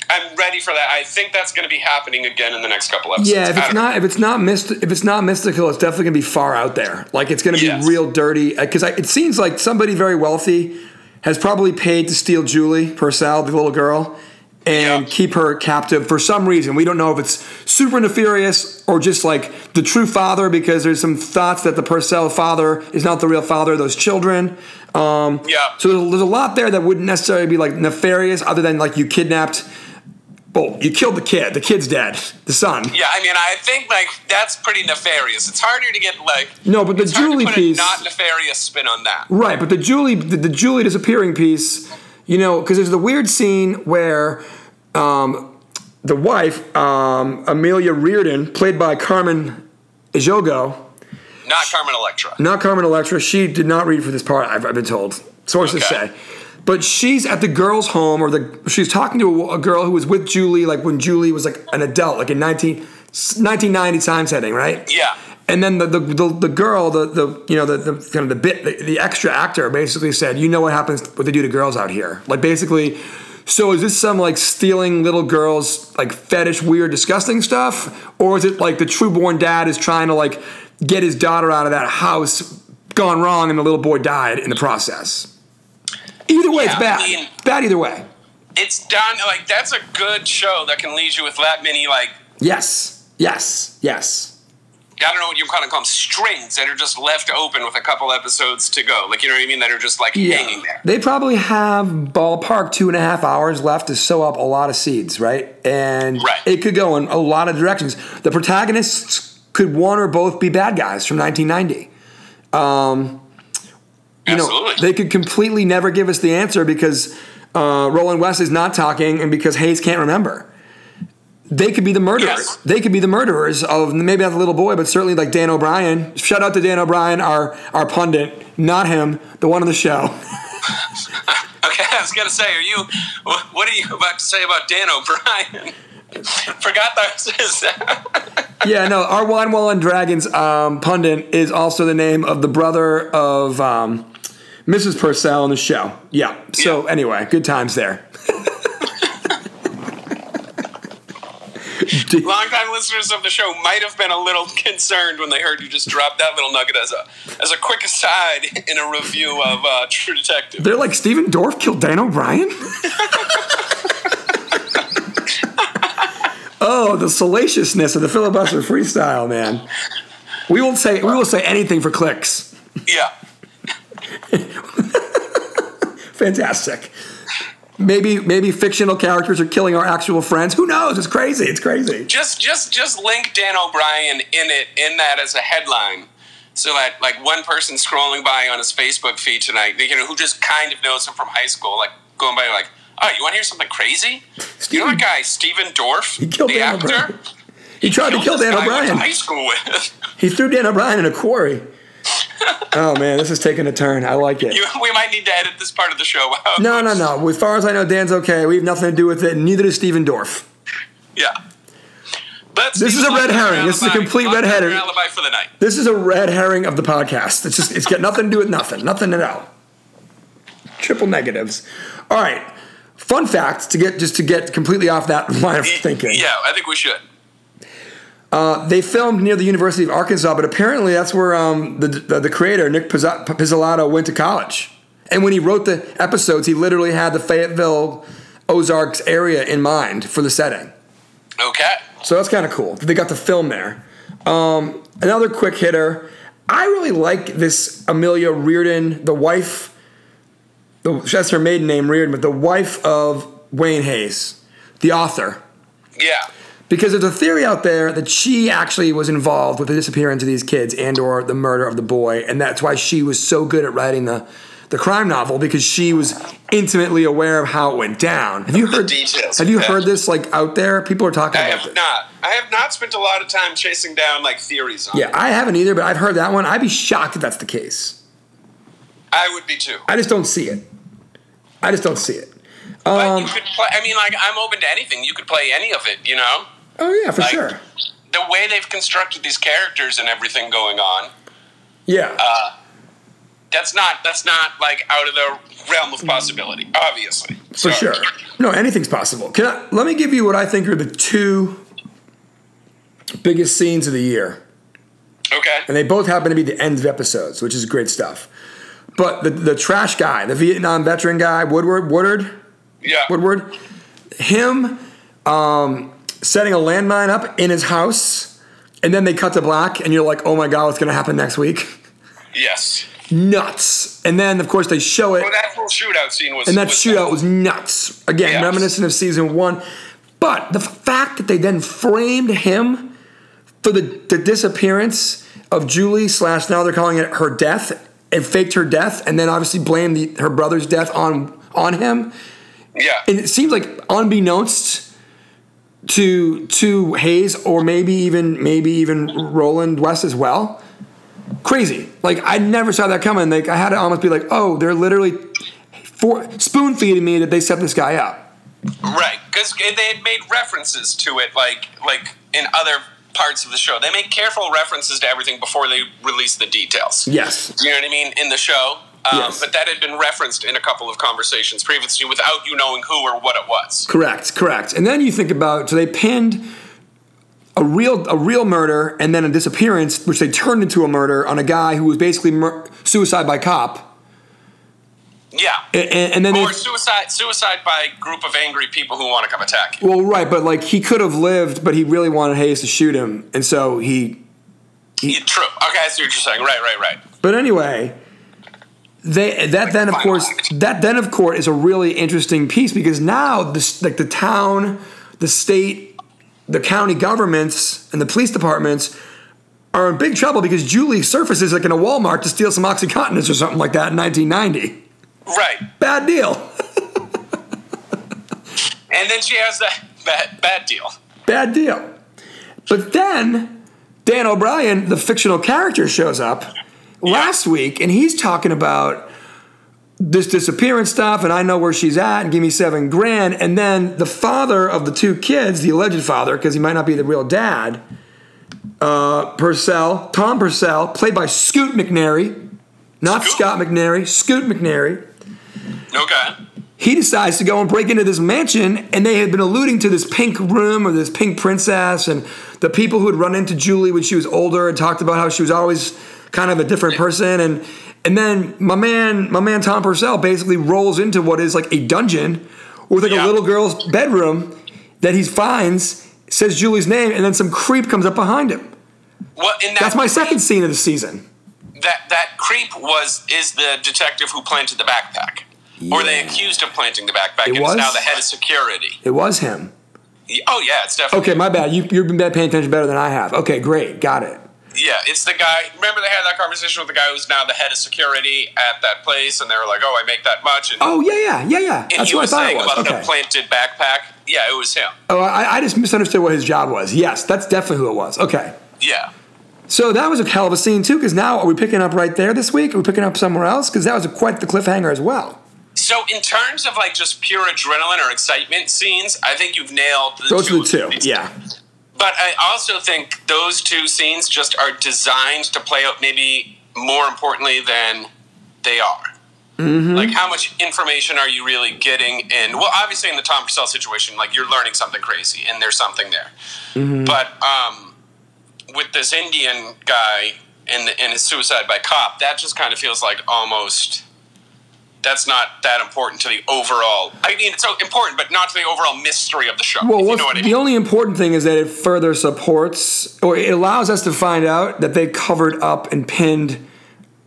Speaker 4: I'm ready for that. I think that's going to be happening again in the next couple episodes.
Speaker 1: yeah, if
Speaker 4: I
Speaker 1: it's
Speaker 4: don't know.
Speaker 1: not if it's not myst- if it's not mystical, it's definitely gonna be far out there. Like it's gonna
Speaker 4: Yes.
Speaker 1: be real dirty. Because it seems like somebody very wealthy has probably paid to steal Julie Purcell, the little girl, and
Speaker 4: Yeah.
Speaker 1: keep her captive for some reason. We don't know if it's super nefarious or just like the true father, because there's some thoughts that the Purcell father is not the real father of those children.
Speaker 4: yeah.
Speaker 1: So there's, there's a lot there that wouldn't necessarily be like nefarious, other than like you kidnapped. Well, you killed the kid. The kid's dead. The son.
Speaker 4: yeah, I mean, I think like that's pretty nefarious. It's harder to get like
Speaker 1: No, but the
Speaker 4: it's hard to
Speaker 1: Julie
Speaker 4: put
Speaker 1: piece.
Speaker 4: a not nefarious spin on that.
Speaker 1: Right, but the Julie, the, the Julie disappearing piece, you know, because there's the weird scene where um, the wife, um, Amelia Reardon, played by Carmen Ejogo,
Speaker 4: Not Carmen Electra.
Speaker 1: not Carmen Electra, she did not read for this part, I've, I've been told. Sources
Speaker 4: Okay.
Speaker 1: say. But she's at the girl's home, or the she's talking to a, a girl who was with Julie, like when Julie was like an adult, like in 19, 1990 time setting, right?
Speaker 4: Yeah.
Speaker 1: And then the the, the, the girl, the, the you know the, the kind of the bit the, the extra actor basically said, you know what happens what they do to girls out here. Like basically, so is this some like stealing little girls like fetish weird disgusting stuff, or is it like the true born dad is trying to like get his daughter out of that house gone wrong and the little boy died in the process? Either way,
Speaker 4: Yeah,
Speaker 1: it's
Speaker 4: I
Speaker 1: bad.
Speaker 4: mean-
Speaker 1: bad either way.
Speaker 4: it's done like that's a good show that can leave you with that many like
Speaker 1: Yes. Yes. Yes.
Speaker 4: I don't know what you kind of call them strings that are just left open with a couple episodes to go. Like you know what I mean? That are just like hanging there.
Speaker 1: They probably have ballpark two and a half hours left to sow up a lot of seeds, right? And
Speaker 4: Right.
Speaker 1: it could go in a lot of directions. The protagonists could one or both be bad guys from 1990. You know,
Speaker 4: Absolutely.
Speaker 1: they could completely never give us the answer because uh, Roland West is not talking and because Hayes can't remember. They could be the murderers.
Speaker 4: Yes.
Speaker 1: They could be the murderers of maybe not the little boy, but certainly like Dan O'Brien. Shout out to Dan O'Brien, our our pundit, not him, the one on the show.
Speaker 4: okay, *laughs* I was gonna say, are you? wh- What are you about to say about Dan O'Brien? *laughs* Forgot that.
Speaker 1: yeah, no, our Wine Wall and Dragons um, pundit is also the name of the brother of um, Mrs. Purcell on the show. Yeah. So anyway, good times there.
Speaker 4: *laughs* Longtime listeners of the show might have been a little concerned when they heard you just drop that little nugget as a as a quick aside in a review of uh, True Detective.
Speaker 1: They're like Stephen Dorff killed Dan O'Brien. oh, the salaciousness of the filibuster freestyle, man. We will say we will say anything for clicks.
Speaker 4: Yeah.
Speaker 1: Fantastic. Maybe maybe fictional characters are killing our actual friends. Who knows? It's crazy. It's crazy.
Speaker 4: just just just link Dan O'Brien in it in that as a headline. So that like one person scrolling by on his Facebook feed tonight, you know, who just kind of knows him from high school, like going by like, oh, you want to hear something crazy? you know
Speaker 1: Steven-
Speaker 4: that guy, Steven Dorff,
Speaker 1: He killed
Speaker 4: the
Speaker 1: Dan
Speaker 4: actor.
Speaker 1: O'Brien. He tried to kill
Speaker 4: this
Speaker 1: Dan
Speaker 4: guy I went to High
Speaker 1: O'Brien.
Speaker 4: school with. *laughs*
Speaker 1: He threw Dan O'Brien in a quarry. oh man, this is taking a turn. I like it.
Speaker 4: You- we might need to edit this part of the show out.
Speaker 1: No, no, no. As far as I know, Dan's okay. We have nothing to do with it. and Neither does Steven Dorff.
Speaker 4: Yeah. Let's
Speaker 1: This
Speaker 4: be
Speaker 1: is a red
Speaker 4: Buckner
Speaker 1: herring. This is a
Speaker 4: alibi.
Speaker 1: complete red
Speaker 4: Buckner
Speaker 1: herring.
Speaker 4: Alibi for the night.
Speaker 1: This is a red herring of the podcast. It's just it's got nothing to do with nothing. Nothing at all. Triple negatives. All right. Fun fact to get just to get completely off that *laughs* line of thinking.
Speaker 4: Yeah, I think we should.
Speaker 1: they filmed near the University of Arkansas, but apparently that's where um, the, the the creator Nick Pizzolatto went to college. And when he wrote the episodes, he literally had the Fayetteville Ozarks area in mind for the setting.
Speaker 4: Okay.
Speaker 1: So that's kind of cool. They got the film there. Um, another quick hitter. I really like this Amelia Reardon, the wife. The, that's her maiden name, Reardon, but the wife of Wayne Hayes, the author.
Speaker 4: Yeah.
Speaker 1: Because there's a theory out there that she actually was involved with the disappearance of these kids and or the murder of the boy, and that's why she was so good at writing the the crime novel because she was intimately aware of how it went down. Have you heard
Speaker 4: details,
Speaker 1: Have you
Speaker 4: yeah.
Speaker 1: heard this like out there? People are talking
Speaker 4: I
Speaker 1: about
Speaker 4: have
Speaker 1: this.
Speaker 4: not. I have not spent a lot of time chasing down like theories on.
Speaker 1: Yeah,
Speaker 4: it.
Speaker 1: I haven't either, but I've heard that one. I'd be shocked if that's the case.
Speaker 4: I would be too.
Speaker 1: I just don't see it. I just don't see it.
Speaker 4: but
Speaker 1: Um,
Speaker 4: you could play. I mean, like I'm open to anything. You could play any of it. You know,
Speaker 1: oh yeah, for
Speaker 4: I-
Speaker 1: sure.
Speaker 4: the way they've constructed these characters and everything going on.
Speaker 1: Yeah,
Speaker 4: uh, That's not. That's not like out of the realm of possibility. Obviously.
Speaker 1: for sure. No, anything's possible. Can I, let me give you what I think are the two biggest scenes of the year.
Speaker 4: Okay.
Speaker 1: and they both happen to be the ends of episodes, which is great stuff. But the, the trash guy, the Vietnam veteran guy, Woodward, Woodard,
Speaker 4: Yeah.
Speaker 1: Woodward, him um, setting a landmine up in his house, and then they cut to black, and you're like, oh my god, what's gonna happen next week? *laughs*
Speaker 4: Yes.
Speaker 1: Nuts. And then of course they show it,
Speaker 4: Well, that whole shootout scene was.
Speaker 1: and that
Speaker 4: was-
Speaker 1: shootout was nuts. Again,
Speaker 4: Yeah.
Speaker 1: reminiscent of season one. But the fact that they then framed him for the, the disappearance of Julie slash now they're calling it her death and faked her death and then obviously blamed the, her brother's death on on him.
Speaker 4: Yeah.
Speaker 1: And it seems like unbeknownst to to Hayes or maybe even maybe even Roland West as well. Crazy. Like I never saw that coming. Like I had to almost be like, oh, they're literally for, spoon feeding me that they set this guy up.
Speaker 4: Right, because they had made references to it, like like in other parts of the show. They make careful references to everything before they release the details.
Speaker 1: Yes.
Speaker 4: You know what I mean in the show. Um,
Speaker 1: Yes.
Speaker 4: But that had been referenced in a couple of conversations previously without you knowing who or what it was.
Speaker 1: Correct, correct. And then you think about so they pinned a real a real murder and then a disappearance, which they turned into a murder on a guy who was basically mur- suicide by cop.
Speaker 4: Yeah.
Speaker 1: And, and, and then they,
Speaker 4: or suicide suicide by group of angry people who want to come attack you.
Speaker 1: well, right, but like he could have lived, but he really wanted Hayes to shoot him, and so he.
Speaker 4: Yeah, true. Okay, I see what you're saying. Right, right, right.
Speaker 1: But anyway, they that then of
Speaker 4: Fine.
Speaker 1: course that then of course is a really interesting piece because now this like the town, the state, the county governments, and the police departments are in big trouble because Julie surfaces like in a Walmart to steal some oxycontinins or something like that in 1990.
Speaker 4: Right.
Speaker 1: Bad deal.
Speaker 4: And then she has that bad, bad deal.
Speaker 1: Bad deal. But then Dan O'Brien, the fictional character, shows up last week and he's talking about this disappearance stuff and I know where she's at and give me seven grand. And then the father of the two kids, the alleged father, because he might not be the real dad, uh, Purcell, Tom Purcell, played by Scoot McNairy, not
Speaker 4: Scoot?
Speaker 1: Scott McNairy, Scoot McNairy
Speaker 4: Okay.
Speaker 1: he decides to go and break into this mansion, and they had been alluding to this pink room or this pink princess, and the people who had run into Julie when she was older and talked about how she was always kind of a different person, and and then my man, my man Tom Purcell basically rolls into what is like a dungeon with like
Speaker 4: Yeah.
Speaker 1: a little girl's bedroom that he finds, says Julie's name, and then some creep comes up behind him.
Speaker 4: Well, in that
Speaker 1: That's my second scene of the season.
Speaker 4: that that creep was is the detective who planted the backpack, or they
Speaker 1: Yeah.
Speaker 4: accused of planting the backpack.
Speaker 1: It
Speaker 4: and
Speaker 1: was?
Speaker 4: is now the head of security.
Speaker 1: It was him.
Speaker 4: Y- Oh yeah, it's definitely
Speaker 1: Okay, my bad. You you've been paying attention better than I have. Okay, great, got it.
Speaker 4: yeah. It's the guy. Remember they had that conversation with the guy who's now the head of security at that place, and they were like, "Oh, I make that much." And,
Speaker 1: Oh yeah, yeah, yeah, yeah.
Speaker 4: and
Speaker 1: That's
Speaker 4: he
Speaker 1: what I
Speaker 4: was
Speaker 1: thought it
Speaker 4: saying
Speaker 1: was.
Speaker 4: about
Speaker 1: Okay.
Speaker 4: the planted backpack. Yeah, it was him.
Speaker 1: oh, I, I just misunderstood what his job was. Yes, that's definitely who it was. Okay.
Speaker 4: Yeah.
Speaker 1: So that was a hell of a scene too. Because now are we picking up right there this week? Are we picking up somewhere else? Because that was quite the cliffhanger as well.
Speaker 4: So in terms of like just pure adrenaline or excitement scenes, I think you've nailed the
Speaker 1: Those
Speaker 4: two
Speaker 1: are the two.
Speaker 4: of these.
Speaker 1: Yeah.
Speaker 4: But I also think those two scenes just are designed to play out maybe more importantly than they are.
Speaker 1: Mm-hmm.
Speaker 4: Like, how much information are you really getting in? Well, obviously, in the Tom Purcell situation, like you're learning something crazy, and there's something there.
Speaker 1: Mm-hmm.
Speaker 4: But um, with this Indian guy and and his suicide by cop, that just kind of feels like almost that's not that important to the overall. I mean, it's so important, but not to the overall mystery of the show.
Speaker 1: Well,
Speaker 4: if you
Speaker 1: what's-
Speaker 4: know what I
Speaker 1: the
Speaker 4: mean?
Speaker 1: only important thing is that it further supports or it allows us to find out that they covered up and pinned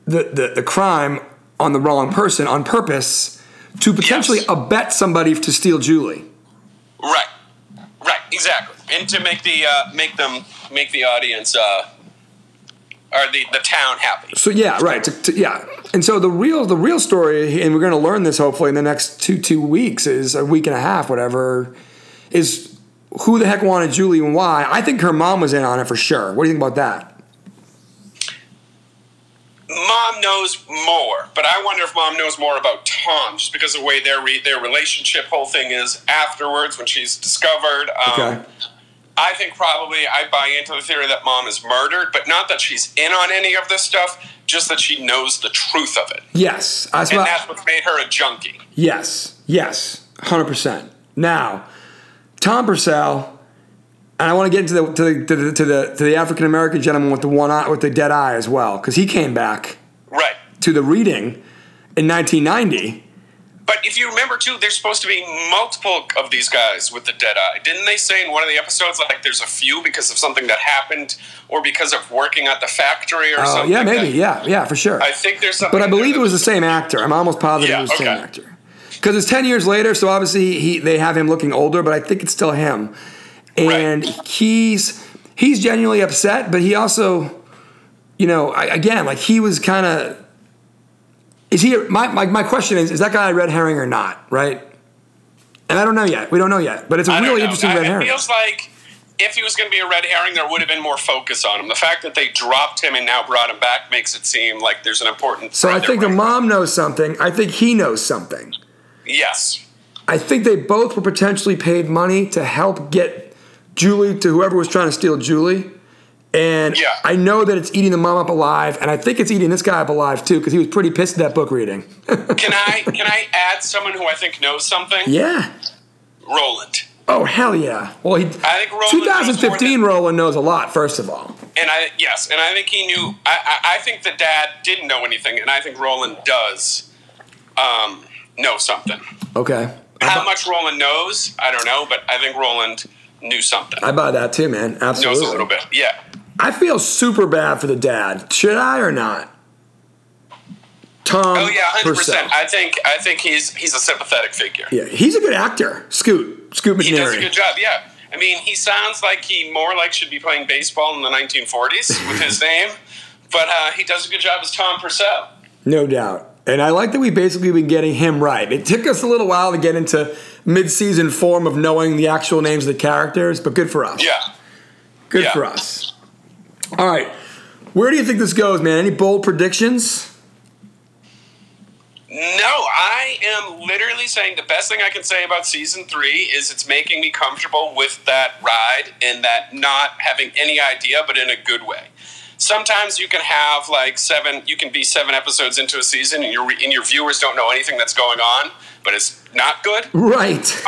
Speaker 1: the, the, the crime on the wrong person on purpose to potentially
Speaker 4: Yes.
Speaker 1: abet somebody to steal Julie.
Speaker 4: Right, right, exactly. And to make the uh, make them make the audience uh, or the the town happy.
Speaker 1: So yeah, right. To, to- yeah, and so the real the real story, and we're going to learn this hopefully in the next two two weeks is a week and a half, whatever, is who the heck wanted Julie and why. I think her mom was in on it for sure. What do you think about that?
Speaker 4: Mom knows more, but I wonder if Mom knows more about Tom just because of the way their re- their relationship whole thing is afterwards when she's discovered. Um,
Speaker 1: Okay.
Speaker 4: I think probably I buy into the theory that Mom is murdered, but not that she's in on any of this stuff. Just that she knows the truth of it,
Speaker 1: Yes, that's
Speaker 4: and
Speaker 1: what.
Speaker 4: that's what made her a junkie.
Speaker 1: Yes, yes, hundred percent. Now, Tom Purcell, and I want to get into the to the to the to the, to the African American gentleman with the one eye with the dead eye as well, because he came back
Speaker 4: Right.
Speaker 1: to the reading in 1990.
Speaker 4: But if you remember too, there's supposed to be multiple of these guys with the dead eye. Didn't they say in one of the episodes like there's a few because of something that happened or because of working at the factory or
Speaker 1: Oh,
Speaker 4: something?
Speaker 1: yeah, maybe, yeah,
Speaker 4: that-
Speaker 1: yeah, for sure.
Speaker 4: I think there's something.
Speaker 1: But I believe
Speaker 4: there
Speaker 1: it was
Speaker 4: that-
Speaker 1: the same actor. I'm almost positive
Speaker 4: Yeah,
Speaker 1: it was the
Speaker 4: okay.
Speaker 1: same actor. Because it's 10 years later, so obviously he, they have him looking older, but I think it's still him. And he's he's genuinely upset, but he also, you know, I, again, like he was kind of. Is he my, my my question is is that guy a red herring or not? Right. And I don't know yet. We don't know yet, but it's a
Speaker 4: I don't
Speaker 1: really
Speaker 4: know.
Speaker 1: interesting
Speaker 4: I-
Speaker 1: red
Speaker 4: It
Speaker 1: herring.
Speaker 4: feels like if he was going to be a red herring, there would have been more focus on him. The fact that they dropped him and now brought him back makes it seem like there's an important.
Speaker 1: So I
Speaker 4: thread there,
Speaker 1: think the
Speaker 4: right?
Speaker 1: mom knows something. I think he knows something.
Speaker 4: Yes.
Speaker 1: I think they both were potentially paid money to help get Julie to whoever was trying to steal Julie. And
Speaker 4: Yeah.
Speaker 1: I know that it's eating the mom up alive, and I think it's eating this guy up alive too, because he was pretty pissed at that book reading. *laughs*
Speaker 4: Can I can I add someone who I think knows something?
Speaker 1: yeah.
Speaker 4: Roland.
Speaker 1: Oh hell yeah. Well, he.
Speaker 4: I think Roland knows more
Speaker 1: 2015 Roland knows a lot. First of all,
Speaker 4: And I yes, and I think he knew. I, I, I think the dad didn't know anything, and I think Roland does um, know something.
Speaker 1: okay. I,
Speaker 4: How
Speaker 1: bu-
Speaker 4: much Roland knows, I don't know, but I think Roland knew something.
Speaker 1: I buy that too, man.
Speaker 4: knows
Speaker 1: Absolutely.
Speaker 4: a little bit. Yeah,
Speaker 1: I feel super bad for the dad. Should I or not? Tom.
Speaker 4: Oh yeah, hundred
Speaker 1: Purcell.
Speaker 4: percent. I think I think he's he's a sympathetic figure.
Speaker 1: Yeah, he's a good actor. Scoot. Scoot McNairy.
Speaker 4: He does a good job. Yeah, I mean, he sounds like he more like should be playing baseball in the 1940s with *laughs* his name, but uh, he does a good job as Tom Purcell.
Speaker 1: No doubt. And I like that we basically been getting him right. It took us a little while to get into mid-season form of knowing the actual names of the characters, but good for us.
Speaker 4: Yeah,
Speaker 1: Good
Speaker 4: yeah.
Speaker 1: for us. All right. Where do you think this goes, man? Any bold predictions?
Speaker 4: no, I am literally saying the best thing I can say about season three is it's making me comfortable with that ride and that not having any idea, but in a good way. Sometimes you can have like seven, you can be seven episodes into a season, and your and your viewers don't know anything that's going on, but it's not good. *laughs* Uh,
Speaker 1: Right.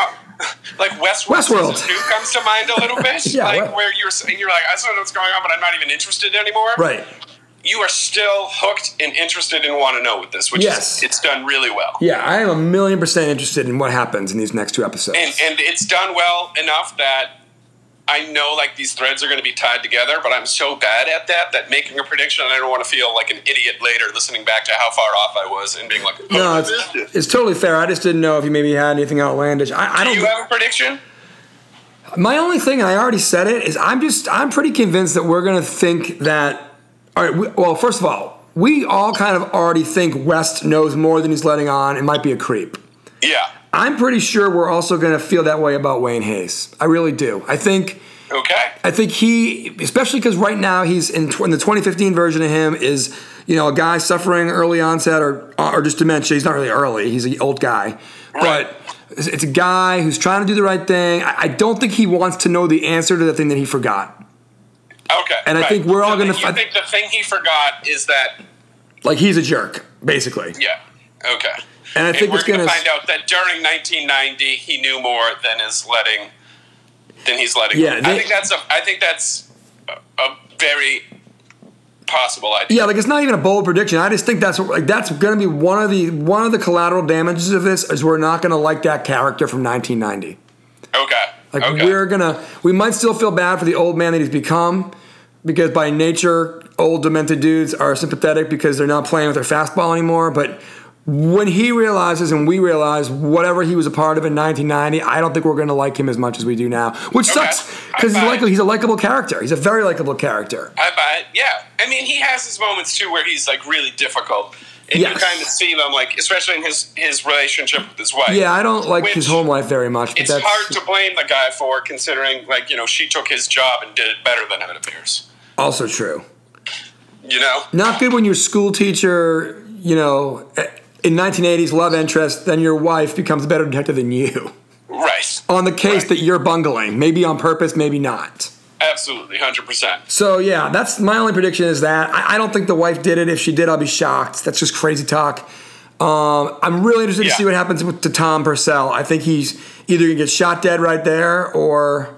Speaker 4: like Westworld,
Speaker 1: Westworld.
Speaker 4: season two comes to mind a little bit.
Speaker 1: *laughs* Yeah,
Speaker 4: like
Speaker 1: right.
Speaker 4: where you're s- and you're like, I still don't know what's going on, but I'm not even interested anymore.
Speaker 1: Right.
Speaker 4: You are still hooked and interested and want to know with this, which
Speaker 1: Yes.
Speaker 4: is it's done really well.
Speaker 1: Yeah, I am a million percent interested in what happens in these next two episodes.
Speaker 4: And and it's done well enough that I know like these threads are going to be tied together, but I'm so bad at that that making a prediction I don't want to feel like an idiot later listening back to how far off I was and being like, oh,
Speaker 1: no, it's, it's totally fair. I just didn't know if you maybe had anything outlandish. I, I
Speaker 4: do
Speaker 1: don't.
Speaker 4: you have a prediction?
Speaker 1: My only thing, and I already said it, is I'm just I'm pretty convinced that we're gonna think that. All right. We, well, first of all, we all kind of already think West knows more than he's letting on and might be a creep.
Speaker 4: Yeah.
Speaker 1: I'm pretty sure we're also gonna feel that way about Wayne Hayes. I really do. I think
Speaker 4: Okay.
Speaker 1: I think he, especially because right now he's in, tw- in the 2015 version of him is you know a guy suffering early onset or or just dementia. He's not really early. He's an old guy,
Speaker 4: Right.
Speaker 1: but it's- it's a guy who's trying to do the right thing. I, I don't think he wants to know the answer to the thing that he forgot.
Speaker 4: Okay.
Speaker 1: And I
Speaker 4: right.
Speaker 1: think we're all
Speaker 4: So
Speaker 1: gonna
Speaker 4: then You
Speaker 1: fi-
Speaker 4: think the thing he forgot is that
Speaker 1: Like he's a jerk, basically.
Speaker 4: Yeah. Okay.
Speaker 1: And I think
Speaker 4: we're
Speaker 1: it's gonna-
Speaker 4: to find out that during 1990, he knew more than is letting than he's letting.
Speaker 1: Yeah,
Speaker 4: on.
Speaker 1: they-
Speaker 4: I think that's a. I think that's a, a very impossible idea.
Speaker 1: Yeah, like it's not even a bold prediction. I just think that's what- like that's going to be one of the one of the collateral damages of this is we're not going to like that character from 1990.
Speaker 4: Okay.
Speaker 1: Like
Speaker 4: okay.
Speaker 1: we're gonna, we might still feel bad for the old man that he's become, because by nature, old demented dudes are sympathetic because they're not playing with their fastball anymore. But when he realizes and we realize whatever he was a part of in 1990, I don't think we're gonna like him as much as we do now, which
Speaker 4: Okay.
Speaker 1: sucks because he's
Speaker 4: I- I-
Speaker 1: likely he's a likable character. He's a very likable character.
Speaker 4: I buy it. Yeah, I mean, he has his moments too where he's like really difficult, and
Speaker 1: Yes.
Speaker 4: you kind of see them like, especially in his his relationship with his wife.
Speaker 1: Yeah, I don't like his
Speaker 4: Which-
Speaker 1: home life very much. But
Speaker 4: It's
Speaker 1: that's,
Speaker 4: hard to blame the guy for, considering like you know she took his job and did it better than him. It appears.
Speaker 1: Also true.
Speaker 4: You know.
Speaker 1: Not good when your school teacher, you know, eh, in 1980s love interest, then your wife becomes a better detective than you.
Speaker 4: Right.
Speaker 1: on the case
Speaker 4: Right.
Speaker 1: that you're bungling, maybe on purpose, maybe not.
Speaker 4: Absolutely, hundred percent.
Speaker 1: So yeah, that's my only prediction is that I, I don't think the wife did it. If she did, I'll be shocked. That's just crazy talk. Um, I'm really interested
Speaker 4: Yeah.
Speaker 1: to see what happens with to Tom Purcell. I think he's either gonna get shot dead right there or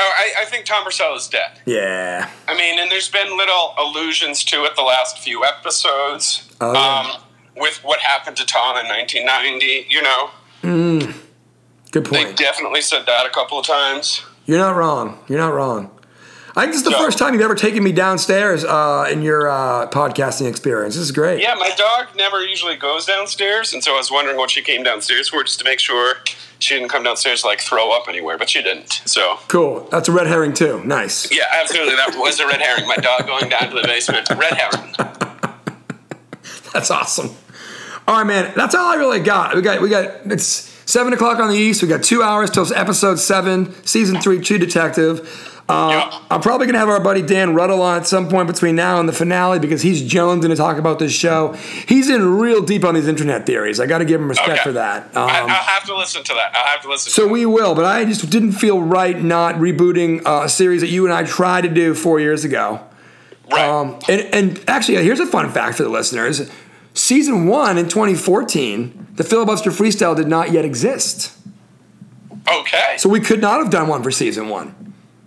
Speaker 4: Oh, I, I think Tom Purcell is dead.
Speaker 1: yeah.
Speaker 4: I mean, and there's been little allusions to it the last few episodes.
Speaker 1: Oh, yeah.
Speaker 4: um, with what happened to Tom in 1990, you know,
Speaker 1: Good
Speaker 4: they
Speaker 1: point.
Speaker 4: definitely said that a couple of times.
Speaker 1: You're not wrong. You're not wrong. I think this is the
Speaker 4: So-
Speaker 1: first time you've ever taken me downstairs uh, in your uh, podcasting experience. This is great.
Speaker 4: Yeah, my dog never usually goes downstairs, and so I was wondering what she came downstairs for, just to make sure she didn't come downstairs to, like throw up anywhere, but she didn't. So
Speaker 1: Cool. That's a red herring too. Nice.
Speaker 4: yeah, absolutely, that was a red herring. My dog going down to the basement, red herring.
Speaker 1: That's awesome. All right, man. That's all I really got. We got we got it's seven o'clock on the east. We got two hours till episode seven, season three, True Detective. Uh,
Speaker 4: Yeah.
Speaker 1: I'm probably gonna have our buddy Dan Ruddle on at some point between now and the finale because he's jonesing to talk about this show. He's in real deep on these internet theories. I got to give him respect
Speaker 4: Okay.
Speaker 1: for that.
Speaker 4: I,
Speaker 1: Um,
Speaker 4: I'll have to listen to that. I'll have to listen.
Speaker 1: so
Speaker 4: to
Speaker 1: we will, but I just didn't feel right not rebooting uh, a series that you and I tried to do four years ago.
Speaker 4: that. right.
Speaker 1: Um, and, and actually, here's a fun fact for the listeners. Season one in 2014, the filibuster freestyle did not yet exist.
Speaker 4: okay.
Speaker 1: So we could not have done one for season one.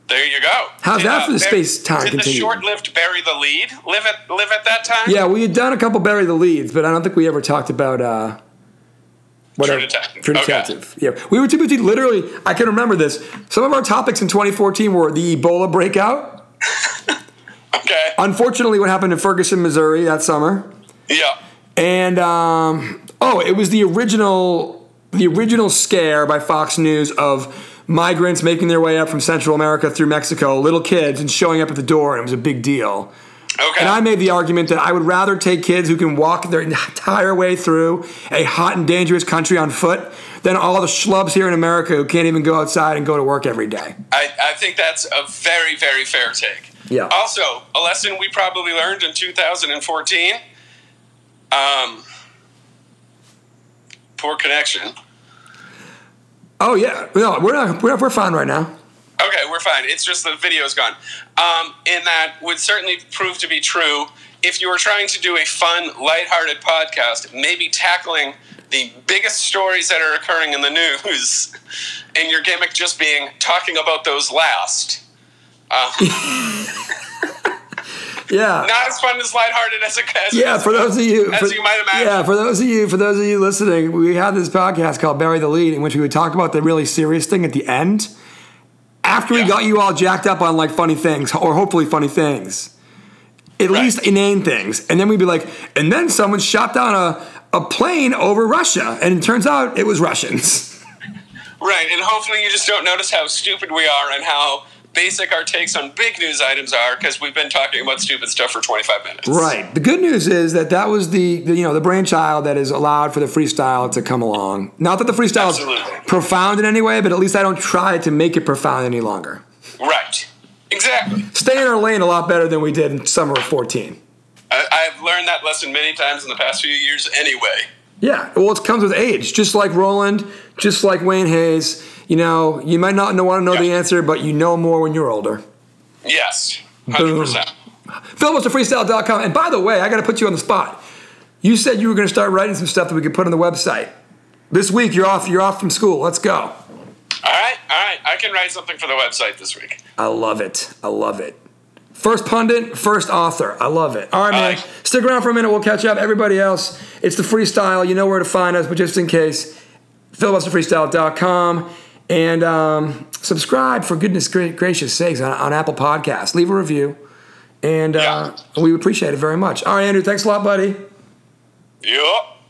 Speaker 4: There you go.
Speaker 1: How's that for the
Speaker 4: there-
Speaker 1: space-time
Speaker 4: Did the
Speaker 1: continuum?
Speaker 4: short-lived bury the lead live at live at that time?
Speaker 1: Yeah, we had done a couple Bury the Leads, but I don't think we ever talked about uh, whatever.
Speaker 4: Detective.
Speaker 1: True
Speaker 4: Okay.
Speaker 1: Detective. Yeah. We were too busy, literally, I can remember this. Some of our topics in 2014 were the Ebola breakout.
Speaker 4: Okay.
Speaker 1: Unfortunately, what happened in Ferguson, Missouri that summer.
Speaker 4: yeah.
Speaker 1: And um, oh, it was the original the original scare by Fox News of migrants making their way up from Central America through Mexico, little kids, and showing up at the door, and it was a big deal.
Speaker 4: Okay.
Speaker 1: And I made the argument that I would rather take kids who can walk their entire way through a hot and dangerous country on foot than all the schlubs here in America who can't even go outside and go to work every day.
Speaker 4: I, I think that's a very very fair take.
Speaker 1: Yeah.
Speaker 4: Also, a lesson we probably learned in 2014. Um. Poor connection.
Speaker 1: Oh yeah, no, we're not, we're, we're fine right now.
Speaker 4: Okay, we're fine. It's just the video's gone. Um, and that would certainly prove to be true if you were trying to do a fun, lighthearted podcast, maybe tackling the biggest stories that are occurring in the *laughs* news, and your gimmick just being talking about those last.
Speaker 1: Yeah.
Speaker 4: Not as fun as lighthearted as it as
Speaker 1: Yeah, for those of you,
Speaker 4: As
Speaker 1: for,
Speaker 4: you might imagine.
Speaker 1: Yeah, for those of you, for those of you listening, we had this podcast called "Bury the Lead," in which we would talk about the really serious thing at the end, after we
Speaker 4: Yeah.
Speaker 1: got you all jacked up on like funny things or hopefully funny things, at
Speaker 4: Right.
Speaker 1: least inane things, and then we'd be like, and then someone shot down a a plane over Russia, and it turns out it was Russians.
Speaker 4: Right, and hopefully you just don't notice how stupid we are and how basic our takes on big news items are because we've been talking about stupid stuff for 25 minutes.
Speaker 1: Right. The good news is that that was the, the you know the brainchild that is allowed for the freestyle to come along. Not that the freestyle
Speaker 4: Absolutely.
Speaker 1: is profound in any way, but at least I don't try to make it profound any longer.
Speaker 4: Right. Exactly.
Speaker 1: Stay in our lane a lot better than we did in summer of fourteen.
Speaker 4: I, I've learned that lesson many times in the past few years anyway.
Speaker 1: Yeah. Well, it comes with age, just like Roland, just like Wayne Hayes. You know, you might not know, want to know the
Speaker 4: Yeah.
Speaker 1: answer, but you know more when you're older.
Speaker 4: Yes. 100%.
Speaker 1: filibusterfreestyle.com. And by the way, I got to put you on the spot. You said you were going to start writing some stuff that we could put on the website. This week you're off. You're off from school. Let's go.
Speaker 4: All right. All right. I can write something for the website this week.
Speaker 1: I love it. I love it. First pundit, first author. I love it. All right, man.
Speaker 4: Aye.
Speaker 1: Stick around for a minute. We'll catch up. Everybody else, it's the freestyle. You know where to find us, but just in case, filibusterfreestyle.com and um, subscribe for goodness gra- gracious sakes on, on Apple Podcasts. Leave a review, and uh, we appreciate it very much. All right, Andrew. Thanks a lot, buddy.
Speaker 4: Yup.